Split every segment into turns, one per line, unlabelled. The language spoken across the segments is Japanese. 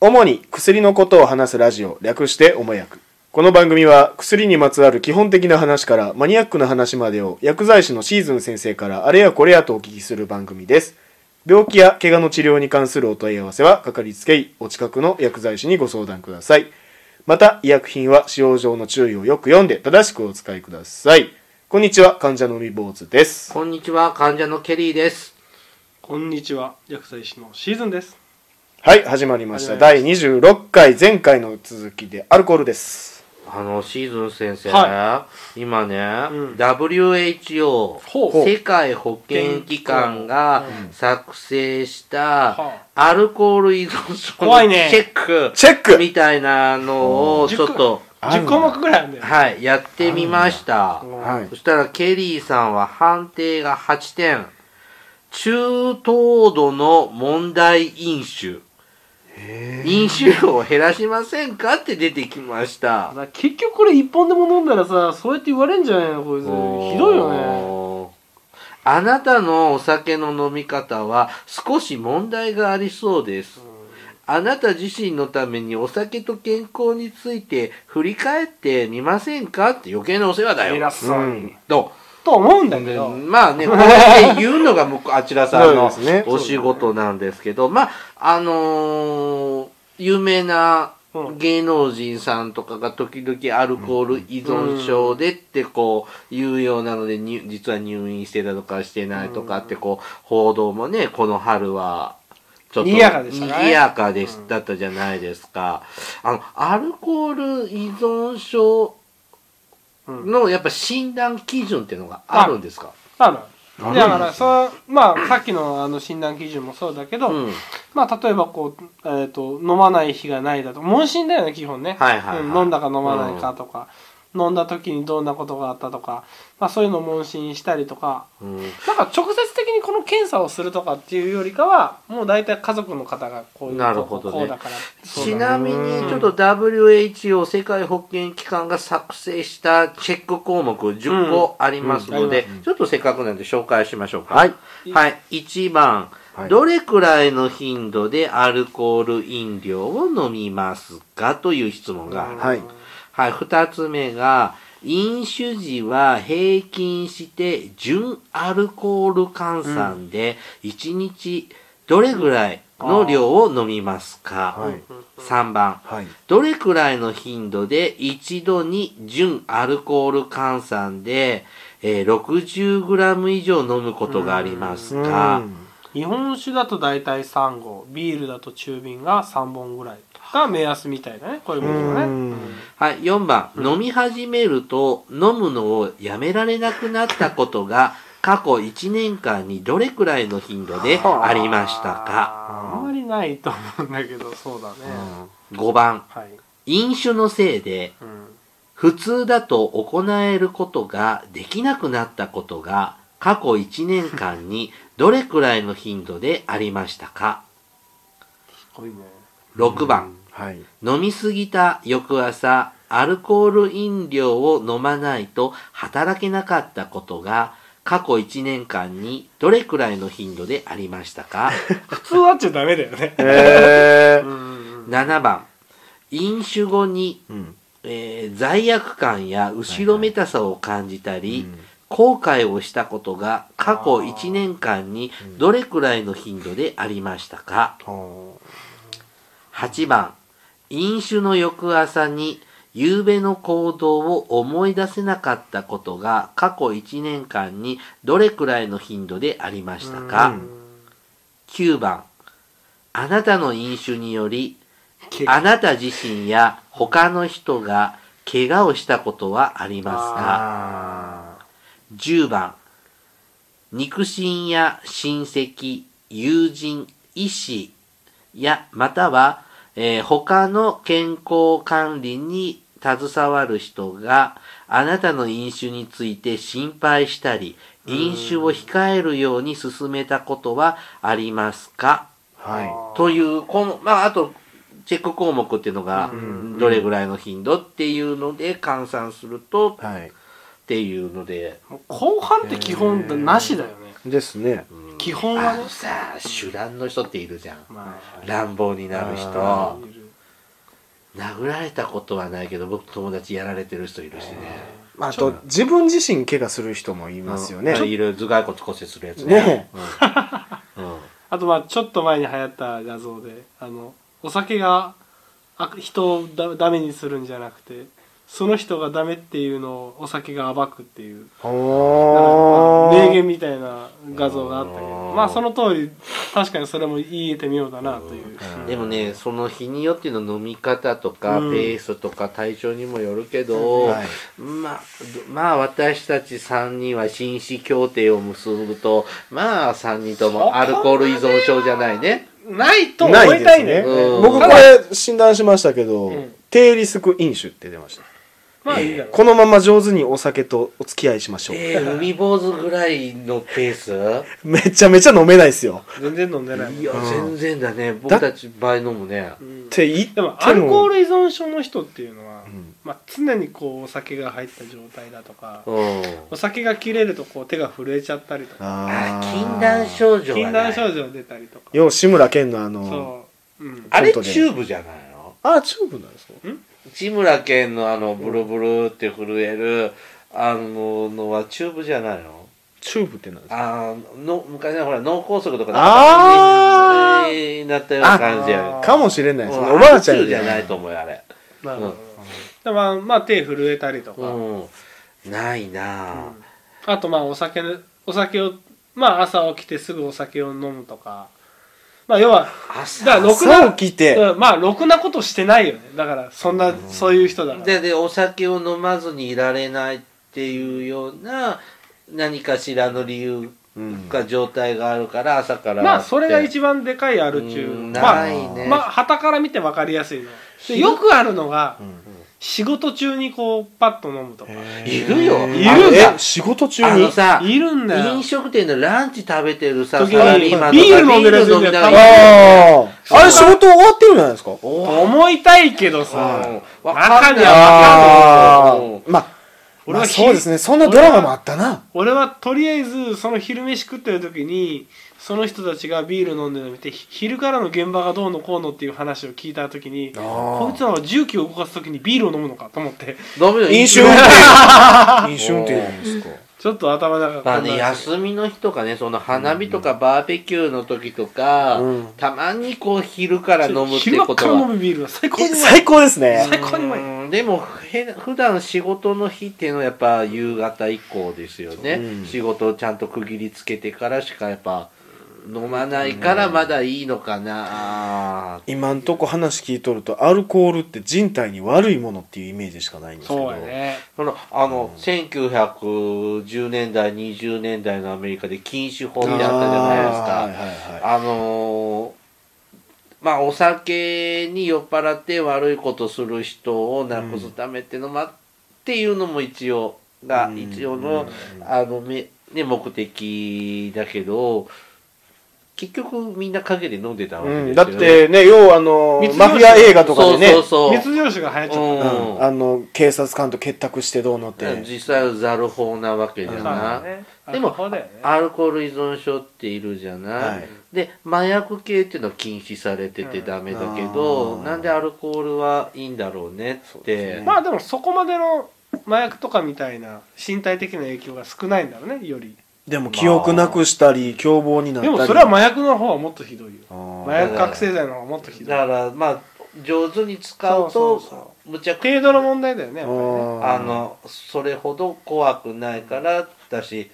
主に薬のことを話すラジオ略しておもやくこの番組は薬にまつわる基本的な話からマニアックな話までを薬剤師のシーズン先生からあれやこれやとお聞きする番組です病気や怪我の治療に関するお問い合わせはかかりつけ医お近くの薬剤師にご相談くださいまた医薬品は使用上の注意をよく読んで正しくお使いくださいこんにちは患者のみ坊主です
こんにちは、患者のケリーです。
こんにちは薬剤師のシーズンです
はい始まりました
始ま
第26回前回の続きでアルコールです
あの、シーズン先生、
は
今ね、
うん
WHO、
ほう
世界保健機関が作成した
は
アルコール依存症
怖
の
いね
チェック
チェック
みたいなのをちょっと、
あん
10
だ
項目ぐらいあるんだよね
はい、やってみました。
はい
そしたらケリーさんは判定が8点。中等度の問題飲酒。飲酒を減らしませんかって出てきま した。
だ結局これ一本でも飲んだらさそうやって言われんじゃないのこいつひどいよね
ね。あなたのお酒の飲み方は少し問題がありそうです。あなた自身のためにお酒と健康について振り返ってみませんかって余計なお世話だよ。
偉そうに、
うん
と
と思うんだけど、
まあ ね、こうやって言うのが向こうあちらさんの
そうですね
お仕事なんですけど、まあ、あのー有名な
うん
芸能人さんとかが時々アルコール依存症でってこう言うようなので、に実は入院してたとかしてないとかってこう、報道もね、この春は、ちょっと
賑やかでしたね
賑やかでしだったじゃないですか。あの、アルコール依存症
うん
のやっぱ診断基準っていうのがあるんですか
あ
ある
のだからそまあさっきのあの診断基準もそうだけど、
うん。
まあ例えばこう、えー、と飲まない日がないだと問診だよね基本ね、
はいはいはい
うん飲んだか飲まないかとか、飲んだ時にどんなことがあったとか、まあ、そういうのを問診したりとか
うん
なんか直接的にこの検査をするとかっていうよりかはもう大体家族の方がこういう
なるほどね
こうだからそう
ち
だ
な
ね
みに、ちょっと WHO 世界保健機関が作成したチェック項目10個ありますので、ちょっとせっかくなんで紹介しましょうか。
はい。
はい。1番、
はい
どれくらいの頻度でアルコール飲料を飲みますかという質問がある。
はい
はい、二つ目が、飲酒時は平均して純アルコール換算で1日どれぐらいの量を飲みますか、
はい
3番、
はい
どれくらいの頻度で一度に純アルコール換算で、えー 60g 以上飲むことがありますか
日本酒だと大体3合ビールだと中瓶が3本ぐらいが目安みたいなねこういう
う
ものがね
ん
はい、4番、飲み始めると飲むのをやめられなくなったことが過去1年間にどれくらいの頻度でありましたか
あんまりないと思うんだけどそうだね、
5番
はい、
飲酒のせいで
うん、
普通だと行えることができなくなったことが過去1年間にどれくらいの頻度でありましたか
ごいね
6番
はい
飲みすぎた翌朝、アルコール飲料を飲まないと働けなかったことが、過去1年間にどれくらいの頻度でありましたか
普通はっちゃダメだよね
え
う
ー
ん
?7 番、飲酒後に、
うん
えー罪悪感や後ろめたさを感じた
う
り、
ん
後悔をしたことが過去1年間にどれくらいの頻度でありましたか、
は
8番飲酒の翌朝に夕べの行動を思い出せなかったことが過去1年間にどれくらいの頻度でありましたか9番あなたの飲酒により
結
あなた自身や他の人が怪我をしたことはありますか
あ
10番肉親や親戚友人医師やまたは、えー他の健康管理に携わる人があなたの飲酒について心配したり飲酒を控えるように勧めたことはありますか
は
というこのまああとチェック項目っていうのが
ん
どれぐらいの頻度っていうので換算すると
いはい
っていうので
もう後半って基本なしだよね
ですね。
基本は
あ
ね
のさ手段の人っているじゃん
ま
乱暴になる人
あ
あいる
殴られたことはないけど僕友達やられてる人いるしね
まあ、あと、自分自身怪我する人もいますよね
う。んいる頭蓋骨骨折するやつ
ね
ねうんうん
あとまあちょっと前に流行った画像であのお酒があ人をだダメにするんじゃなくてその人がダメっていうのをお酒が暴くっていう
お
名
ー
言みたいな画像があったけど
あー
まあその通り確かにそれも言えてみようだなという、
でもねその日によっての飲み方とか、
うん
ペースとか体調にもよるけど、
はい
まあまあ私たち3人は紳士協定を結ぶとまあ3人ともアルコール依存症じゃないね
ないと思
ないいで
た
す
いね
ね。
うん
僕これ診断しましたけど
うん、
低リスク飲酒って出ました。
まあいいだろう、
このまま上手にお酒とお付き合いしましょう。
えー、海坊主ぐらいのペース
めちゃめちゃ飲めないですよ。
全然飲んでないもん
いや、全然だね。僕たち倍飲むね。
うん
って言って
で
も
もアルコール依存症の人っていうのは、
ん
まあ、常にこうお酒が入った状態だとか、
うん。
お酒が切れるとこう手が震えちゃったりとか
あ
あー
禁断症状
禁
はな
断
い
症状出たりとか
よう志村けんのあの
そう、うん、
あれチューブじゃないの
ああチューブなんですか
志村けんのあの、ブルブルって震える、あの、のはチューブじゃないの
チューブってなんですか
あーの、昔のほら、脳梗塞とか
あー
になったような感じや
あ
よ。
かもしれないですね
うん
おばあちゃ
チュー
ん
ブじゃないいと思うよ、あれ。
なる
う
ほ
ん
ど、でまあまあ手震えたりとか、
うん。ないなぁ。
あとまあお酒お酒をまあ朝起きてすぐお酒を飲むとかまあ要は
朝
だからろくな
朝起きて
うんまあろくなことしてないよねだからそんな、そういう人だから
ででお酒を飲まずにいられないっていうような何かしらの理由
うん
か状態があるから朝から
まあそれが
番
一番でかいある中
うん
まあ
ないね
まあ旗から見て分かりやすいのでよくあるのが、仕事中にこうパッと飲むとか
いるよ
いるんだ
あの
え仕事中
あ
に
のさ
いるんだよ
飲食店のランチ食べてるさ
時
サ
に
ラリーマンとか
ビール飲んでるやついるん
ビール飲
だよ
みな
あ
がら
あーあれ仕事終わってるんじゃないですか
おー
思いたいけど
うん
さ
わ
中には
あ
わかんない
ーまあ
俺
ま
は
あ
ひ
そうですねそんなドラマもあったな
俺はとりあえずその昼飯食ってる時にその人たちがビール飲んでるの見てひ昼からの現場がどうのこうのっていう話を聞いた時に
あ
こいつらは重機を動かす時にビールを飲むのかと思って
飲むよ
飲酒運転飲酒運転なんですか
ちょっと頭の中
まあ
混乱
ね、
して
休みの日とかね、その花火とかバーベキューの時とか、
うん
たまにこう昼から飲むって
昼
こ
間
と
から
は
飲むビールは最高
え
です
最高ですね
最高にうまい
うんでもへ普段仕事の日っていうのはやっぱ夕方以降ですよね、
うん
仕事をちゃんと区切りつけてからしかやっぱ飲まないからまだいいのかな、
今んとこ話聞いとるとアルコールって人体に悪いものっていうイメージしかないんですけど
そうやね
そのあの、1910年代20年代のアメリカで禁酒法ってあったじゃないですか
あーはいはいはい
あのーまあお酒に酔っ払って悪いことする人をなくすためっていうのもあっていうのも一応が
うん
一応の,、あのめね、目的だけど結局みんな陰で飲んでたわけですよ、
う
ね
ん、だってね、要はあの
密、漁
マフィア映画とかでね、
そうそうそう
密漁師が流行っちゃっ
うんあの、警察官と結託してどうのって。
うん、実際はザル法なわけじゃ
た
うん
な
か
い
ら、ね
でも
そうだよね
アルコール依存症っているじゃない、
はい
で麻薬系っていうのは禁止されててダメだけど、
うんあー
なんでアルコールはいいんだろうね
そう
って
ですね
まあでもそこまでの麻薬とかみたいな身体的な影響が少ないんだろうねより
でも、記憶なくしたり、凶暴になった
で
り。
もそれは麻薬の方はもっとひどいよ
あー
麻薬覚醒剤の方はもっとひどい
だからまあ上手に使う
そう
と
そうそ
むちゃくちゃ
程度の問題だよねやっぱりね
あ
あー
のそれほど怖くないからだし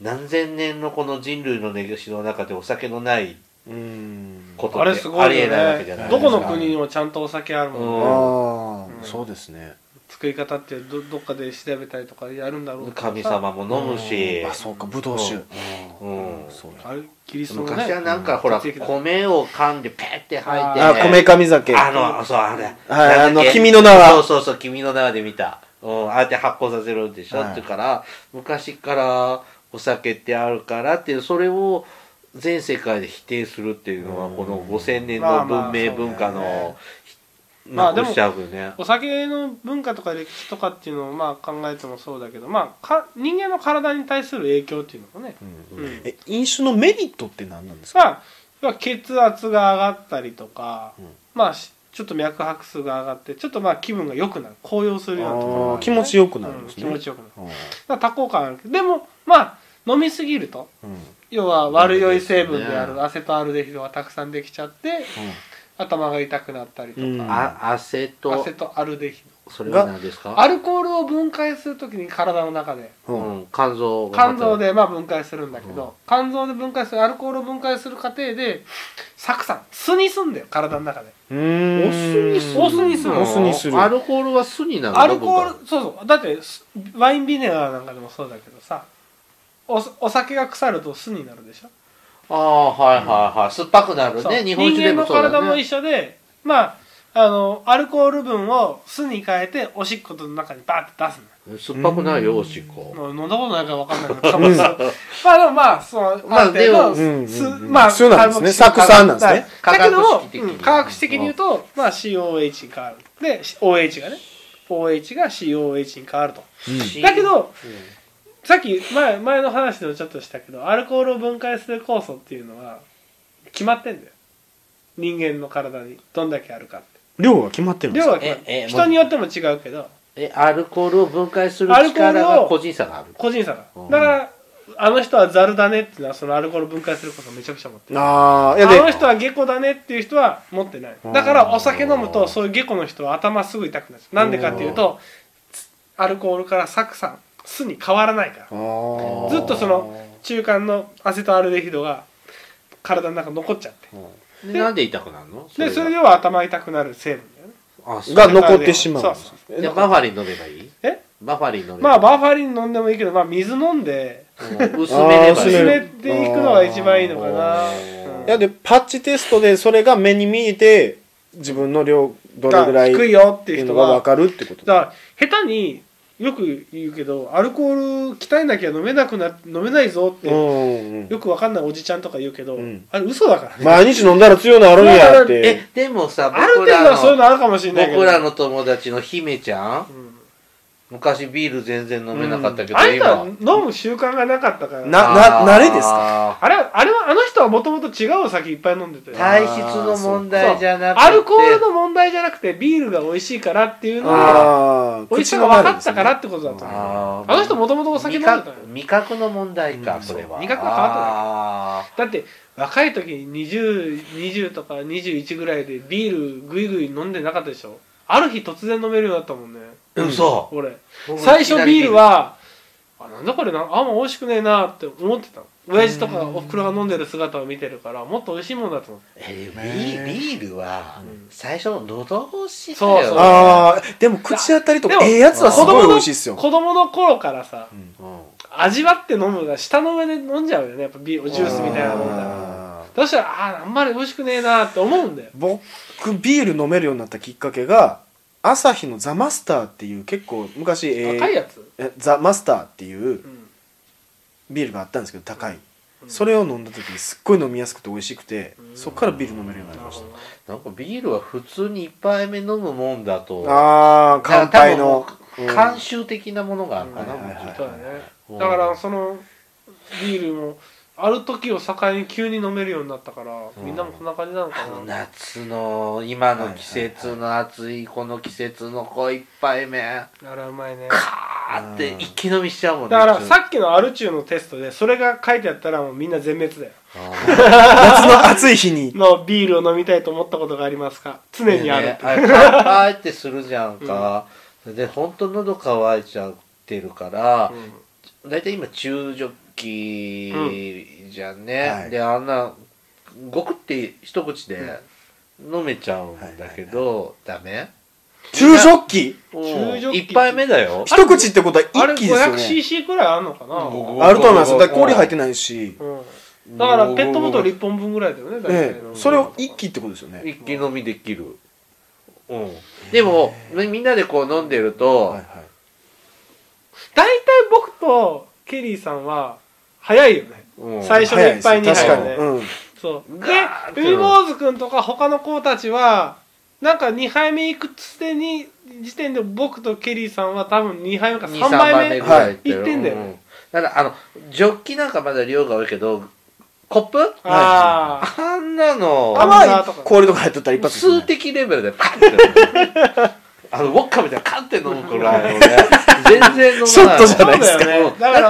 何千年のこの人類の歴史の中でお酒のない
うん。
こと
あれ
っ
す
て
ご
あり
い
え
よ
ないわけじゃ
ね
ないで
ど
すか
この国にもちゃんとお酒あるもんね、
うん
ああ、
うん
そうですね。
作り方ってどどっかで調べたりとかやるんだろうけどさ
神様も飲むし
あ、そうか、武道酒。
うん
そうや
あれキリストのね
昔はなんかほら
血液だ
米を噛んでペッて吐いて
あ、米神酒。
あの、そう、あれ。
はい
なんだっけ
あの君の名は
そうそうそう、君の名はで見た。うん、ああやって発酵させるんでしょ、
はい
っていうから、昔からお酒ってあるからっていう、それを全世界で否定するっていうのは、この5000年
ま
の
あまあ
文明文化の、
まあで
な
も
くしちゃうよね
お酒の文化とか歴史とかっていうのをまあ考えてもそうだけど、まあ、か人間の体に対する影響っていうのもね、
うん
うん
え飲酒のメリットって何なんですか、
まあ要は血圧が上がったりとか、
うん
まあしちょっと脈拍数が上がってちょっとまあ気分が良くなる高揚するようなところがあ
あ
る
ー気持ちよくなるんですね、
うん気持ちよくなる
あー
だから多幸感あるけどでもまあ飲みすぎると
うんうん
要は悪酔い成分であ
うん
るアセトアルデヒドがたくさんできちゃって頭が痛くなったりとか、
うん
あ汗
ア
と
セトアルデヒ
それは何です
ドア
か
ルコールを分解するときに体の中で
う
うんん肝臓が
肝臓でまあ分解するんだけど、肝臓で分解するアルコールを分解する過程で酢酸酢にすんだよ体の中で
う
お
ーん
酢にするの
お酢にす
お酢にす
る
る
アルコールは酢になるの
アルコ
僕
ールそうそうだってすワインビネガーなんかでもそうだけどさおお酒が腐ると酢になるでしょ
ああはいはいはい酸っぱくなる
そう
ね日本酒でもそう
人間の
だ
体も
ね
一緒でまああのアルコール分を酢に変えておしっことの中にバーって出す
酸っぱくないよおしっこ
の飲んだことないから分かんないけどかもしれないまあでもまあその
まあ
る程度
でも
す
うんうん
す
うん
まあ
そうなんですね酢酸なんですね
だけど
科
も
学式的に
うん科学式に言うとまあ COH に変わるで OH がね OH が COH に変わるとだけどさっき前前の話でもちょっとしたけどアルコールを分解する酵素っていうのは決まってんだよ人間の体にどんだけあるかって
量は決まってるんで
量
すか
は決まっ
ええも
て
う
人によっても違うけど
えアルコールを分解する
アルコー
力
ルを
が個人差がある
個人差が
うん
だからあの人はザルだねっていうのはそのアルコール分解することめちゃくちゃ持ってる
ああいや
あの
で
人は下戸だねっていう人は持ってないだからお酒飲むとそういう下戸の人は頭すぐ痛くなっちゃうなんでかっていうとつアルコールから酢酸酢に変わらないから
あ
ずっとその中間のアセトアルデヒドが体の中に残っちゃって
でなんで痛くなるの
でそれで
が
は頭痛くなる成分だよね
あそう
が残ってしまうんです
そう
じゃあバファリン飲めばいい
え
バファリン飲めばいい
まあバーファリン飲んでもいいけどまあ水飲んで
うん薄めれば
あー
いい
薄
薄
め
め
る
ていくのが一番いいのかな
あー
うん
いやでパッチテストでそれが目に見えて自分の量どれぐらいっ
低
て
いよってい
いううの
人
が
は
分かるってこと
だから下手によく言うけどアルコール鍛えなきゃ飲めなくな飲めないぞって、
うんうん
よくわかんないおじちゃんとか言うけど、
うん
あれ嘘だからね、
毎日飲んだら強いのあるんやって
えでもさ
ある程
僕
度
ら
はそういう
の
のあるかもしれないけど
僕らの友達の姫ちゃん
うん
昔ビール全然飲めなかったけど
あんたは
今
飲む習慣がなかったから
な
あー
慣れですか
あれあれはあの人はもともと違うお酒いっぱい飲んでて
はい
体質の問題じゃなくて
アルコールの問題じゃなくてビールが美味しいからっていうのが
あー
美味しさ
口
が
の中
分
で
かったからってことだと思うあ
あー
の人もともとお酒飲ん
味
でたの
覚
よ
味覚の問題か、それは
味覚が変わった
あー
だけだって若い時に 20, 20とか21ぐらいでビールぐいぐい飲んでなかったでしょある日突然飲めるようになったもんね
嘘
俺
僕
最
いき
初
なり
ビールはあなんだこれなあんま美味しくねえなって思ってたの親父とかおふくろが飲んでる姿を見てるからもっと美味しいもんだと思って
え
ね
ービビールは最初の喉越しだ
そうそう
よね
あーでも口当たりとか
でも
ええやつはす
子
ご
供
い
の
美味しいっすよ
子供の頃からさ
うん
味わって飲むが下の上で飲んじゃうよねやっぱビールジュースみたいなもんだから
あー
そしたらあーあんまり美味しくねえなって思うんだよ
僕ビール飲めるようになったきっかけが朝日のザ・マスターっていう結構昔、えー
赤いやつ、
えザ・マスターっていう
うん
ビールがあったんですけど高い、
うん
それを飲んだ時にすっごい飲みやすくて美味しくて、
うん
そっからビール飲めるようになり
なる
まし
ほ
た
ど
な
な
んかビールは普通に一杯目飲むもんだと
ああ乾杯の
なん
う
か多分
ん
慣習的なものがあるかな、
うんはいはいはい
そうだね
うん
だからそのビールもある時を境に急に飲めるようになったから
うん
みんなもこんな感じなの
あ
か
の
な
夏の今の季節の暑いこの季節のこう一杯目
あれはうまいね
カーって一気飲みしちゃうもんね
だから
普通
さっきのアルチューのテストでそれが書いてあったらもうみんな全滅だよ
あ
夏の暑い日に
のビールを飲みたいと思ったことがありますか
ー
常にある
ねあれ乾杯ってするじゃんか、で本当喉乾いちゃってるから、大体今中ジョッキじゃんね、
うんはい
であんなごくって一口で飲めちゃうんだけど、ダメ
中ジョッキ
中ジョッキ
一杯目だよ
一口ってことは
あれ
一気ですよね
500cc くらいあんのかな
あると思いますだから氷入ってないし、
うんだからペットボトル1本分ぐらいだよね大
ね
体の
それを一気ってことですよね
一気飲みできる、うん、でもみんなでこう飲んでると、
はいはい
大体僕とケリーさんは早いよね
うん
最初の一杯
早いです
二杯
確かに、
ね
うん
そう
ガーッて
で海坊主君とか他の子たちはなんか2杯目いくつでに時点で僕とケリーさんは多分2杯目か
2
3杯目
ぐらいって
行ってんだよ
う
ね、
んだからあのジョッキなんかまだ量が多いけどコップ
ああ
あんなの
あ
あ
ま
まあ氷とかやっとったら一発ですね
数的レベルでパッて飲む あのウォッカみたいなカンって飲むくらいのね全然飲まない
ショットじゃ
そ
な
う
いですか
だよねだから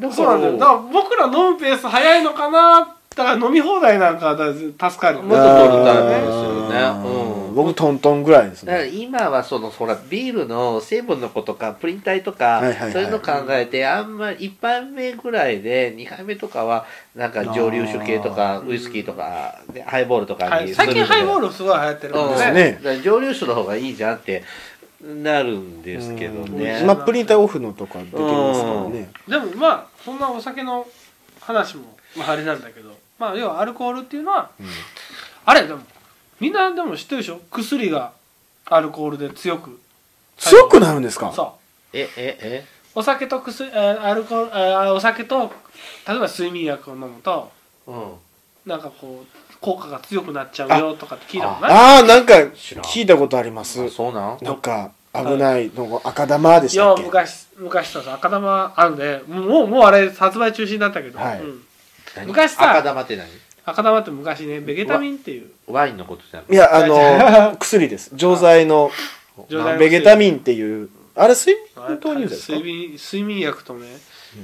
だ
そうなんだよだから僕ら飲むペース早いのかなだから飲み放題なんかだ助かる
もっと取るタイプですよね
あー
うん
僕トントンぐらいです
だから
ね
今はそのほらビールの成分のことかプリン体とか、
はいはいはい
そういうの考えてあんまり1杯目ぐらいで2杯目とかはなんか蒸留酒系とかウイスキーとかでハイボールとか
は
に
い、最近ハイボー
ル
ルすごい流行ってる
うん
もん
だ
す
ね
ね
から蒸留酒の方がいいじゃんってなるんですけどね
うんまあプリン体オフのとかできますからね
でもまあそんなお酒の話も、まあ、あれなんだけどまあ要はアルコールっていうのは、あれでもみんなでも知ってるでしょ薬がアルコールで強く
強くなるんですか
そう
えええ
お酒と薬えーアルコールえーお酒と例えば睡眠薬を飲むと
うん
なんかこう効果が強くなっちゃうよとかって聞いたことない
ああなんか
知らん
聞いたことあります
あそうなん
なんか危ないのが赤玉でし
い
た
や
っけ
昔昔さ赤玉あるねもうもうあれ発売中止になったけど、
はい
うん
何
昔さ
赤玉って何
赤玉って昔ねベゲタミンっていう
ワインのことじゃなく
いやあの薬です錠剤の
錠剤の
ベゲタミンっていうあれ睡
あれ
眠投入剤ですか
睡眠睡眠薬とね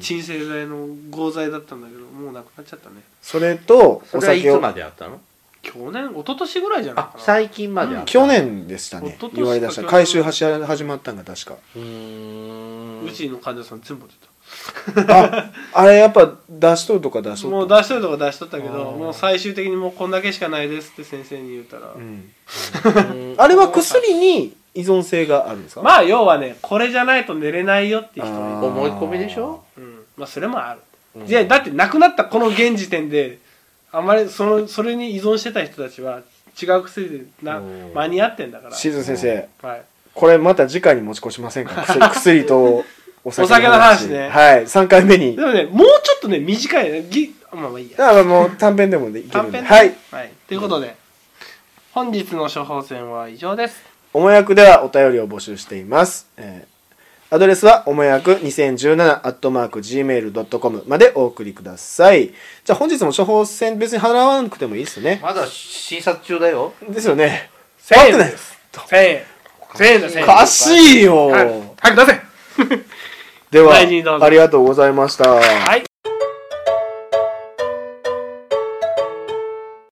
鎮静剤の合剤だったんだけどもうなくなっちゃったね
それと
そ
お
れはい
酒
つ
を
まであったの
去年一昨年ぐらいじゃない
あ
かな
最近まであったの
去年でした
一
ね
昨年
言われだした
か
回収はし始まったんが確か
うーん
うちの患者さん全部出た
ああれやっぱ出しとるとか出しとる
もう出しとるとか出しとったけど
あー
もう最終的にもうこんだけしかないですって先生に言ったら、
うん
うん
あれは薬に依存性があるんですか、
まあ要はねこれじゃないと寝れないよっていう人
あー
ね
思い込みでしょ
うんまあそれもある、
うん
じゃあだってなくなったこの現時点であんまりそのそれに依存してた人たちは違う薬でな
うん
間に合ってんだから
シーズン先生
はい
これまた次回に持ち越しませんか 薬薬とお酒
お酒の話ね
はい3回目に
で
だ
もね、もうちょっとね、短いね。ぎまあまあいいや。
からもう短編でもねいける
短
ん
編
で
で
はい。
はい。ということで、本日の処方箋は以上です。
おもやくではお便りを募集しています、えーアドレスはおもやく2017アットマーク Gmail.com までお送りくださいじゃあ本日も処方箋別に払わなくてもいいですよね
まだ診察中だよ。
ですよね
1000
払って
円
ない
です。1000円。1000円だ、1000
お
円。
かしいよ、
はい、早く出せ
では
大事にどうぞ
ありがとうございました
はい。